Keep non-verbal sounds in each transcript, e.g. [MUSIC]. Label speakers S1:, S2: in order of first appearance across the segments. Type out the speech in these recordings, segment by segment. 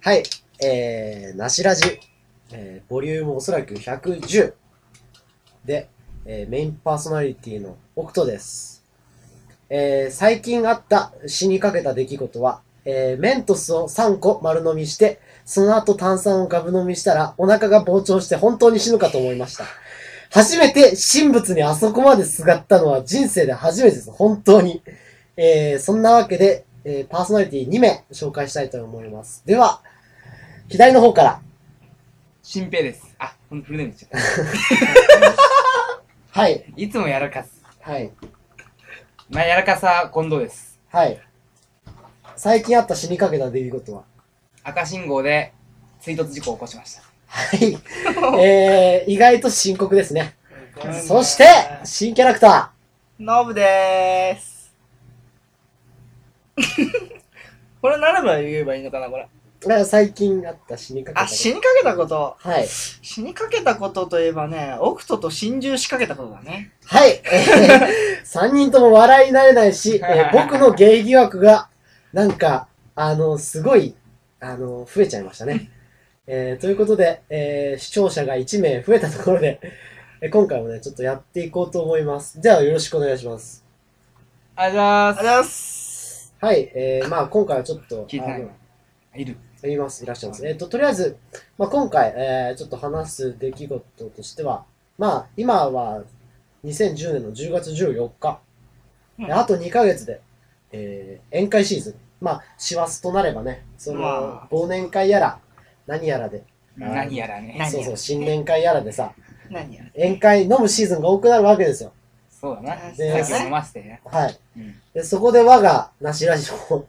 S1: はい。えー、なしラジ。えー、ボリュームおそらく110。で、えーメインパーソナリティのオクトです。えー、最近あった死にかけた出来事は、えー、メントスを3個丸飲みして、その後炭酸をガブ飲みしたら、お腹が膨張して本当に死ぬかと思いました。初めて神仏にあそこまですがったのは人生で初めてです。本当に。えー、そんなわけで、えー、パーソナリティ2名紹介したいと思います。では、左の方から。
S2: 新平です。あ、ほんとフルネーム言っちゃっ
S1: はい。
S2: た。いつもやらかす。
S1: はい。
S2: まあ、やらかさ、近藤です。
S1: はい。最近あった死にかけた出来事は
S2: 赤信号で追突事故を起こしました。
S1: はい。えー、意外と深刻ですね。そして、新キャラクタ
S3: ノブでーす。 [LAUGHS] これ何番言えばいいのかな、これ。
S1: ー。なんか最近あった死にかけた
S3: あ、
S1: こと
S3: 死にかけたこと。
S1: はい。
S3: 死にかけたことといえばね、オクトと心中仕掛けたことだね。
S1: はい。3人とも笑い慣れないし、
S2: [LAUGHS]
S1: えー僕の芸疑惑が、なんか、あの、すごい、あの、増えちゃいましたね。えーということで、えー視聴者が1名増えたところで、えー今回もね、ちょっとやっていこうと思います。じゃあ、よろしくお願いします。
S2: あじゃ
S3: あ
S2: ー
S3: りがとうございます。
S1: はい。えーまあ、今回はちょっと、
S2: 聞いてない
S1: あの
S2: いる。
S1: います、いらっしゃいます。えっ、と、とりあえず、まあ、今回、えーちょっと話す出来事としては、まあ、今は2010年の10月14日、
S3: うん
S1: あと2ヶ月で、えー宴会シーズン、まあ、師走となればね、その、
S3: まあ
S1: 忘年会やら、何やらで、
S2: 何やらね。
S3: 何やら
S1: そうそう、新年会やらでさ、
S3: 何や
S1: 宴会飲むシーズンが多くなるわけですよ。
S2: そうだな。
S1: で
S2: さっき飲ませてね。
S1: はい。
S2: うん
S1: でそこで我がなしラジオを、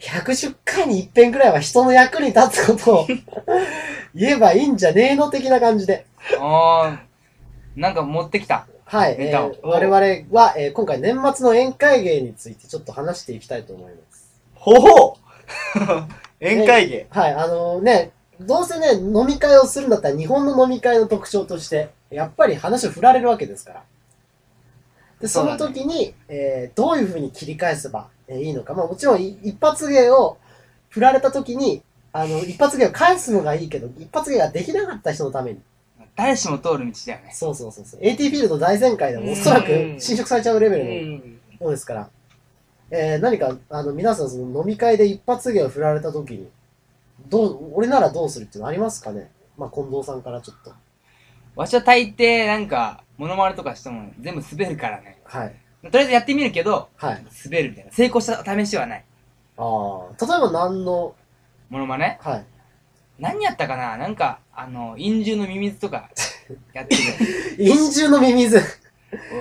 S1: 110回に一遍くらいは人の役に立つこと
S2: [LAUGHS]
S1: を言えばいいんじゃねえの的な感じで。
S2: おー、なんか持ってきた。
S1: はい。
S2: ネ
S1: え
S2: タを
S1: ー我々は、えー今回年末の宴会芸についてちょっと話していきたいと思います。
S3: ほほ [LAUGHS] 宴会芸。
S1: はい。あのね、どうせね、飲み会をするんだったら日本の飲み会の特徴として、やっぱり話を振られるわけですから。で、その時に、えーどういうふうに切り返せばえーいいのか。まあもちろんい一発芸を振られた時に、あの、一発芸を返すのがいいけど、一発芸ができなかった人のために。
S2: 誰しも通る道だよね。
S1: そうそうそうそう。AT フィールド大全開でもおそらく侵食されちゃうレ
S3: う
S1: ベルの
S3: ん。
S1: そうですから。えー何か、あの、皆さん、その飲み会で一発芸を振られた時に、どう、俺ならどうするっていうのありますかねまあ、近藤さんからちょっと。
S2: わしは大抵、なんか、モノマネとかしても全部滑るからね。
S1: はい。
S2: とりあえずやってみるけど、
S1: はい。
S2: 滑るみたいな。成功した試しはない。
S1: ああ。例えば何の、
S2: モノマネ
S1: はい。
S2: 何やったかななんか、あの、陰獣のミミズとか、やってる
S1: [LAUGHS]
S2: よね。
S1: 陰獣のミミズ。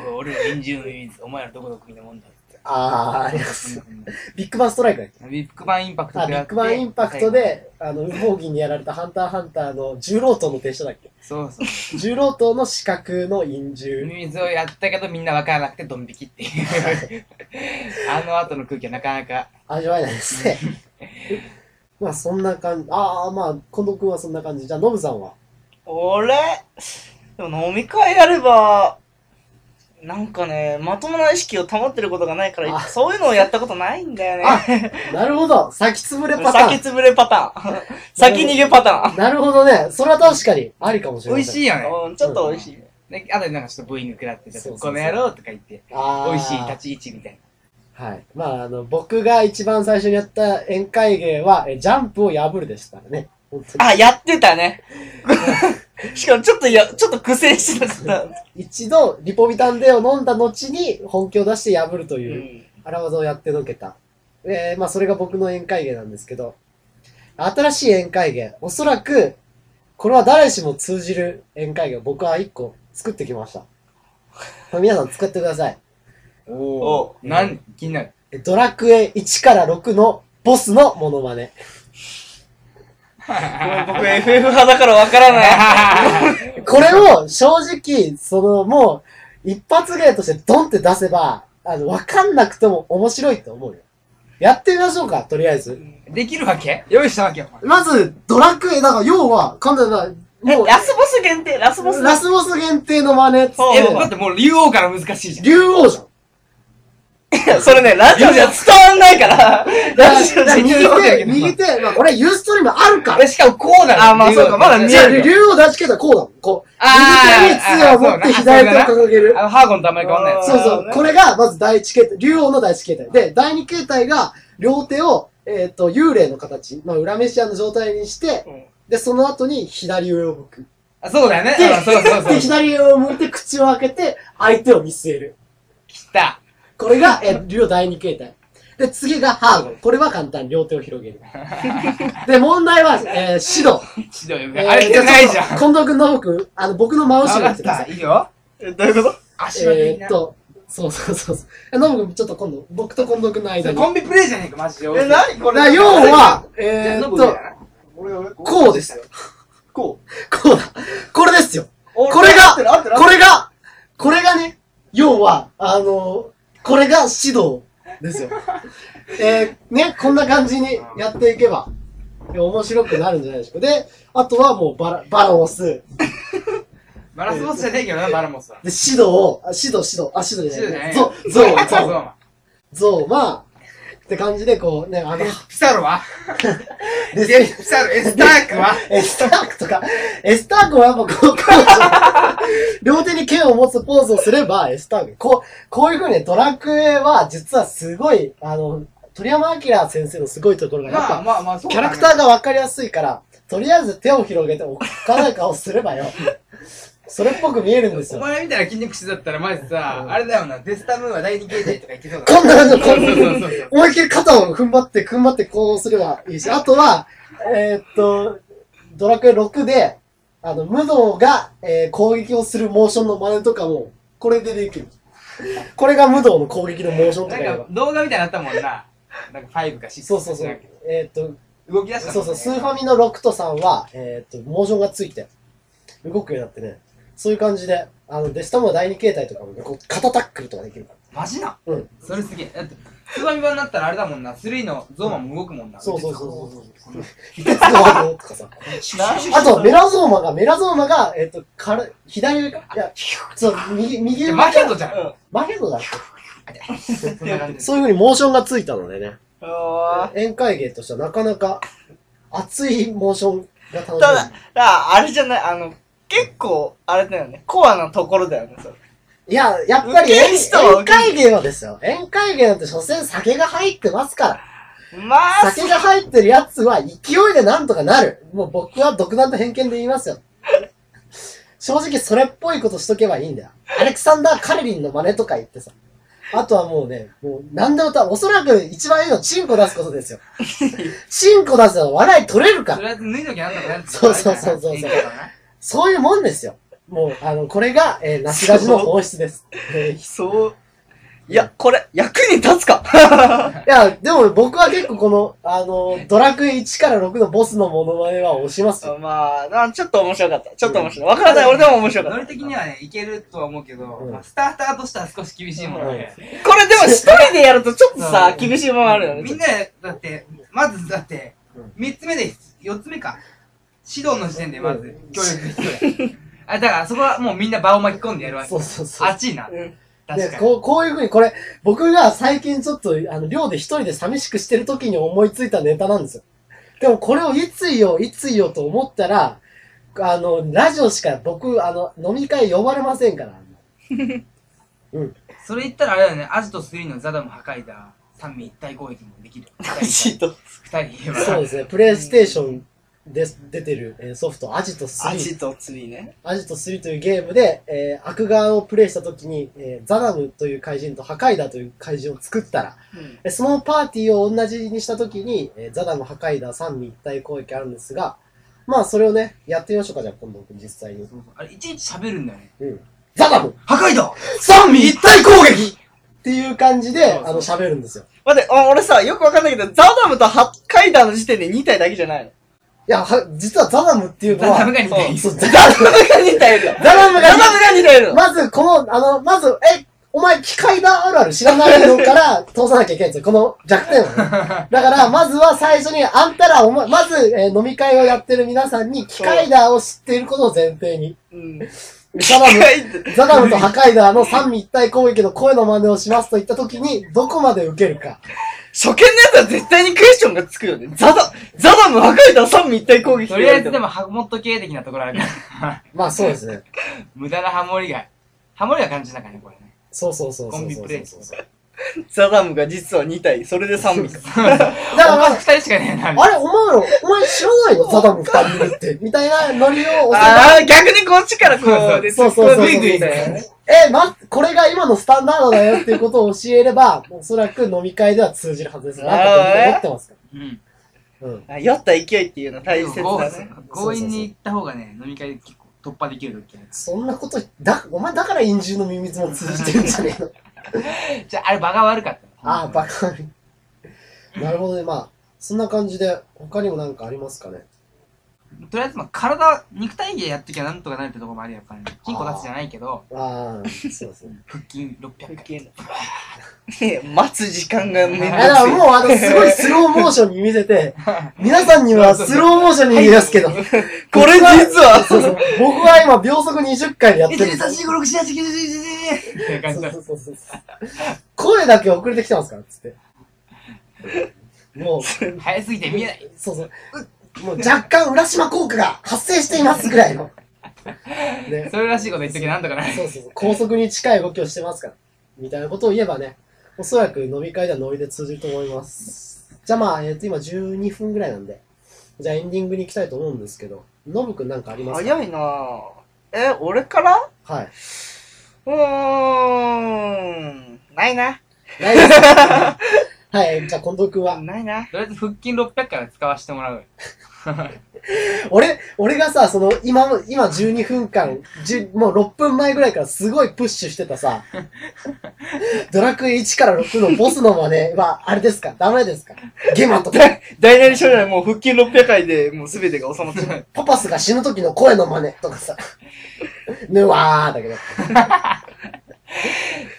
S2: お俺はエンジンのミミズ、お前らどこの国のもんだって。
S1: ああ、あります。ビッグバンストライクね
S2: ビッグバンインパクト
S1: あ、
S2: で
S1: ビ
S2: や
S1: ッ
S2: って
S1: グバンインパクト。で、あの、ウボウギにやられたハンターハンターの重郎刀の手下だっ
S2: [LAUGHS]
S1: け
S2: そうそう。
S1: 重郎刀の四角の陰獣。
S2: ミミズをやったけどみんなわからなくてドン引きっ
S1: [LAUGHS]
S2: ていう。あの後の空気はなかなか。
S1: 味わえないです
S2: [LAUGHS]
S1: ね。まあ、そんな感じ。ああ、まあ、近藤君はそんな感じ。じゃあ、ノブさんは
S3: 俺、でも飲み会やれば、なんかね、まともな意識を保ってることがないか
S1: あ
S3: ら、そういうのをやったことないんだよね。
S1: あなるほど。先潰れパタ
S3: 先
S1: ー
S3: 潰れパターン。先逃げパタ
S1: ン。なるほどね。それは確かにありかもしれ
S2: 美
S1: ない。
S2: 味しいよね
S3: ーン。うんちょっと美味しい。
S2: で。あとでなんかちょっとブーイング食らって、ちょっと
S1: そうそうそう
S2: この野郎とか言って、
S1: あー
S2: 美味しい立ち位置みたい
S1: はい。まあ、あの、僕が一番最初にやった宴会芸は、えジャンプを破るでしたからね。本当に。
S3: あ、やってた [LAUGHS] ね。しかもちょっとや、ちょっと苦戦して [LAUGHS] た。
S1: 一度、リポビタンデを飲んだ後に、本気を出して破ると
S3: う
S1: いう、
S3: ん。
S1: 荒技をやってのけた。えーまあ、それが僕の宴会芸なんですけど、新しい宴会芸、おそらく、これは誰しも通じる宴会芸を僕は一個作ってきました。まあ皆さん使ってください。
S2: な。
S3: お
S2: お。なん、気になる。
S1: ドラクエ1から6のボスのモノマネ。
S3: ごめん僕 FF 派だからわからない。
S1: これを正直、そのもう、一発芸としてドンって出せば、あの、わかんなくても面白いと思うよ。やってみましょうか、とりあえず。
S2: [LAUGHS] できるわけ用意したわけよ、お前
S1: まず、ドラクエ、だから要は、簡単だ、もう、
S3: ラスボス限定、ラスボス
S1: ラスボス限定の真似っつって
S3: [LAUGHS]
S2: え、だってもう竜王から難しいじゃん。
S1: 竜王じゃん。
S3: いや、それね、ラジオじゃ伝わんないから。ラジオじゃ
S1: 右
S3: 伝わんない
S1: 手、右手、まあこれユーストリームあるから。
S2: しかもこうなの
S3: あーまあそうかまだ見
S1: じ
S3: え
S1: ゃあ、
S3: る
S1: 竜を出し切ったらこうだもん。こう。
S2: あー
S1: 右手に杖を持って
S2: あーそうだ
S1: 左
S2: な
S1: 手を掲げる。
S2: あの、ハーゴンとあんまり変わんないやつ
S1: そうそ
S3: あー
S1: う
S3: ね。
S1: これが、まず第一形態。竜王の第一形態。で、第二形態が、両手を、えっ、と、幽霊の形、まあ、裏メシアの状態にして、で、その後に左上を向く。
S2: あそうだよね。
S1: で
S2: あそうそうそ
S1: で、
S2: う。
S1: 左上を向いて口を開けて、相手を見据える。
S2: 来た。
S1: これが、えー、両第二形態。で、次がハーゴン。これは簡単。両手を広げる。 [LAUGHS] で、問題は、えー、シド。
S2: ひどいよ
S1: え
S2: ね。
S1: ー
S2: あれじゃないじゃん。
S1: ちょっと近藤くんの僕、あの、僕の真後
S2: あ
S1: ろにやっ
S2: わかって
S1: くださ
S2: た。
S1: い。
S2: いいよ。
S3: えどういうこと
S2: 足は
S1: え
S2: いい
S1: ー、
S2: な
S1: っ。と、そうそうそうそう。えノブくん、ちょっと今度、僕と近藤くんの
S2: そ
S1: 間
S2: れ
S1: に。
S2: コンビプレイじゃねえか、マジで。
S3: え、なにこれ
S1: だ要は、
S2: じゃあ
S1: えー、
S2: ノ
S1: っ
S2: ブ上
S1: と
S2: だ、な
S3: 俺俺
S1: こうですよ。
S3: こう。
S1: こうだ。これですよ。こ
S3: こ
S1: れが
S3: 合ってる合ってる合
S1: こ
S3: ってる
S1: れが、これがね、要は、あのこれが指導です
S3: [LAUGHS]
S1: よ。えー、ね、こんな感じにやっていけば、面白くなるんじゃないでしょうか。で、あとはもうバラ、バランス。で、
S2: バラスボスじゃねえけどな、バラモスは。
S1: 指導を、あ指導、指導、あ、指導じゃない。ゾ、ゾ
S2: う
S1: ウ、
S3: [LAUGHS]
S1: ゾウ、
S2: う。
S1: ゾウ、まあ、って感じで、こうね、あの、
S2: ピサロは
S1: で
S2: でピサロ、エスタークは
S1: エスタークとか、エスタークはやっぱこう、こうじゃん両手に剣を持つポーズをすれば、エスターク。こう、こういうふうにねドラクエは実はすごい、あの、鳥山明先生のすごいところが、やっ
S2: まあ
S1: ぱ、
S2: まあまあ、そう
S1: キ
S2: だ
S1: ャ
S2: ね
S1: ラクターがわかりやすいから、とりあえず手を広げておっかない顔すればよ、それっぽく見えるんです
S2: お
S1: よ。
S2: 前みたいな筋肉質だったらマジさ、あれだよな、デスタムーンは第二形態とかいけそうだ
S1: こんな感じで、こ
S2: そうんそう
S1: な
S2: そうそう。
S1: 思いっきり肩を踏ん張って、踏ん張ってこうすればいいし、あとは、えーっと、ドラクエ6で、あの、無道が、えー攻撃をするモーションの真似とかも、これでできる。これが無道の攻撃のモーションとかや
S2: な
S1: れ
S2: ん
S1: ば
S2: か。動画みたいになったもんな。なんか5か6
S1: そうそうそう。えーっ
S2: 動き出
S1: と、
S2: した
S1: そうそう、スーファ
S2: ミ
S1: ミの6と3は、えーっと、モーションがついて、動くようになってね、そういう感じで、あの、デスタムは第二形態とかもね、こう、肩タックルとかできるから。
S2: マジな
S1: うん。
S2: それすげえ。だって、スーファミ版になったらあれだもんな、3のゾーマも動くもんな。
S1: そうそうそうそう
S2: う。
S1: そう。 [LAUGHS] 秘訣の技とかさ。あと、メラゾーマが、メラゾーマが、えっ、と、から、左上か、いや、そう、右、右上
S2: マヒャドじゃん。
S3: うん
S1: マヘドだっけ
S2: そんな感じ
S1: そういう風にモーションがついたのでね、
S3: あ
S1: 宴会芸としてはなかなか熱いモーションが楽しめる。
S3: ーただ、だからあれじゃない、あの、結構、あれだよね。コアなところだよね、それ。
S1: いや、やっぱり
S3: 受け
S1: 宴
S3: る人は
S1: 宴会芸はですよ。宴会芸なんて所詮酒が入ってますから。
S3: まあ、
S1: 酒が入ってるやつは勢いでなんとかなる。もう僕は独断と偏見で言いますよ。正直それっぽいことしとけばいいんだよ。アレクサンダー・カレリンの真似とか言ってさ。あとはもうね、もう何でもた、おそらく一番いいのはチンコ出すことですよ。チンコ出せば笑い取れるか
S2: と
S1: ら。
S2: りあえず脱いどきなんとかなるって
S1: そうそうそうそう
S2: いいからな
S1: そういうもんですよ。もう、あの、これが、えー、ナシラジの本質です。えー
S3: そう。いや、これ、役に立つか [LAUGHS]
S1: いや、でも僕は結構この、あの、ドラクエ1から6のボスのモノマネは押しますよ。
S3: まあ、なちょっと面白かった。ちょっと面白い。わからない、俺でも面白か
S2: ノ
S3: っ
S2: リ的にはね、いけるとは思うけど、
S1: うん
S2: まあスターターとしては少し厳しいもので、
S3: た。これでも一人でやるとちょっとさ、
S2: うん
S3: 厳しいものあるよね。
S2: みんなだって、まずだって
S1: うん、
S2: 3つ目で、4つ目か。指導の時点でま
S1: う
S2: ず
S1: ん、
S2: 協力必要や。あ、だからそこはもうみんな場を巻き込んでやるわけ
S1: そ。うそうそう。
S2: 熱いな。
S3: うん
S2: 確
S1: で
S2: かに。
S1: こうこういうふうに、これ、僕が最近ちょっと、あの、寮で一人で寂しくしてる時に思いついたネタなんですよ。でもこれをいつ言おう、いつ言おうと思ったら、あの、ラジオしか僕、あの、飲み会呼ばれません
S2: [LAUGHS]
S1: から。
S2: それ言ったらあれだよね、アジト3のザダム破壊だ。三味一体攻撃もできる。二
S3: シ
S2: 人
S3: ート。
S2: 言えば。
S1: そうですね、プレイステーションで出てるえーソフト、アジト3。
S3: アジト釣りね。
S1: アジト3というゲームで、えー、悪側をプレイした時に、えーザナムという怪人とハカイダという怪人を作ったら、
S3: うん
S1: えそのパーティーを同じにした時に、えーザナム、ハカイダ、三位一体攻撃あるんですが、まあそれをね、やってみましょうか、じゃあ今度実際に。
S2: そうそうあれ、いちいち喋るんだよね。
S1: うん、ザナム
S2: 破壊だ
S1: 三位一体攻撃っていう感じで、
S2: そうそう
S1: あの、喋るんですよ。
S3: 待って、あ俺さ、よくわかんないけど、ザダムとハッカイダーの時点で2体だけじゃないの。
S1: いや、は実はザナムっていうの
S2: ザ
S1: は、
S2: ダムが似ている。
S1: そうザ
S3: ザダムが2体いるの。
S1: ザナムが似て
S3: ザダムが2体
S2: [LAUGHS]
S3: いるの。
S1: まず、この、あの、まず、え、お前、機械だあるある知らないのから [LAUGHS] 通さなきゃいけないんですよ。この弱点をね。
S2: [LAUGHS]
S1: だから、まずは最初に、あんたら、お前、まず、えー飲み会をやってる皆さんに、機械だを知っていることを前提に。
S3: うん。
S1: ザダム、
S3: い
S1: ザダムとハカイダーの三位一体攻撃の声の真似をしますと言ったときに、どこまで受けるか。
S3: 初見のやつは絶対にクエスチョンがつくよね。ザダ、ザダム破壊だ三位一体攻撃
S2: とりあえずでも、ハモット系的なところあるから。 [LAUGHS]
S1: まあそうですね。
S2: 無駄なハモリが、ハモリが感じなかね、これね。
S1: そうそうそうそうそうそ
S2: コン
S1: う
S2: ビプレイ
S1: そう
S3: ザダムが実は2体、それで3位か。
S1: だか
S2: お前
S1: ら、
S2: 二人しかねえな。
S1: あれ、お前ら、お前知らないのザダム二人組って。みたいなノリをお互い
S3: ああ、逆にこっちからこう、で
S1: そうそうそうそう
S3: 突っ込んでいくみたいなね
S1: え、ま、これが今のスタンダードだよっていうことを教えれば、 [LAUGHS] おそらく飲み会では通じるはずです。なんか僕思ってますか
S2: うん。
S1: ら。うん。
S3: あ酔った勢いっていうのは大切
S2: でも
S3: だ
S2: 強
S3: ね。
S2: 強引に行った方がね、飲み会で結構突破できる時ある
S1: そんなこと、だ、お前だから陰獣の耳つも通じてるんじゃねえの。
S2: じゃあ、あれ場が悪かった。
S1: ああ、バカ。なるほどね。まあ、そんな感じで、他にもなんかありますかね。
S2: とりあえず、まあ、体、肉体芸やってきゃなんとかなるってとこもあるやっぱり、ね。筋骨脱じゃないけど、
S1: ああ、そうです
S3: [LAUGHS]
S1: ね。
S2: 腹筋600回。
S3: ね [LAUGHS] 待つ時間がめんど
S1: あ
S3: く
S1: だからもう、あの、すごいスローモーションに見せ
S3: [LAUGHS]
S1: て、皆さんにはスローモーションに見出すけど、
S3: せえ。 [LAUGHS] これ実は、
S1: そうそう僕は今秒速20回でやってるんです。
S2: みたいな感じだ
S1: そうそうそうそう声だけ遅れてきてますから、つって。もう、
S2: [LAUGHS] 早すぎて見えない。
S1: そうそう。うもう若干浦島効果が発生していますぐらいの。ね、
S2: それらしいこと言っときゃなんとかなる。
S1: そうそうそう。高速に近い動きをしてますから。みたいなことを言えばね、おそらく飲み会ではノリで通じると思います。じゃあまあ、えっ、と、今12分ぐらいなんで、じゃあエンディングに行きたいと思うんですけど、ノブくんなんかありますか
S3: 早いなぁ。え、俺から
S1: はい。
S3: うーん。ないな。
S1: ないですかはい、じゃあ近藤くんは。
S3: ないな。
S2: とりあえず腹筋600から使わせてもらう。
S1: 俺、俺がさ、その、今の、今12分間、10もう6分前ぐらいからすごいプッシュしてたさ、ドラクエ1から6のボスの真似は、あれですかダメですかゲマとか、
S3: だ大なり小なりもう腹筋600回でもう全てが収まっちゃう。
S1: パパスが死ぬ時の声の真似とかさ、ぬわーだけど。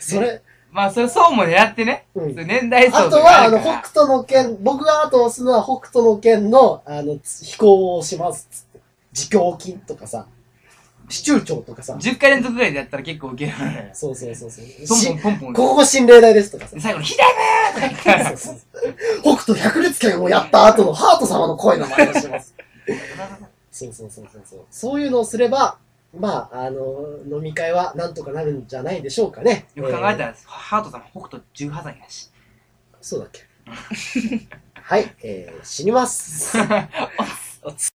S1: それ、
S2: まあ、それ、そうも狙ってね。
S1: うん。
S2: 年代層
S1: あとは、あの、北斗の剣、僕が後を押すのは北斗の剣の、あの、飛行をしますっつって。自供金とかさ、市中長とかさ、
S2: 10回連続ぐらいでやったら結構ウケる。
S1: そうそうそうそう。
S2: ポン
S1: し
S2: ポンポンポン。
S1: ここ心霊台ですとかさ [LAUGHS]
S2: で。最後に、ひだい
S1: そうそうそう北斗百裂拳をやった後のハート様の声の真似をしてます。そうそうそうそうそう。そういうのをすれば、まあ、あの、飲み会はなんとかなるんじゃないでしょうかね。
S2: よく考え
S1: え
S2: た
S1: ー
S2: ら、ハートさん、北斗18歳だし。
S1: そうだっけ。はい、えー、死にます。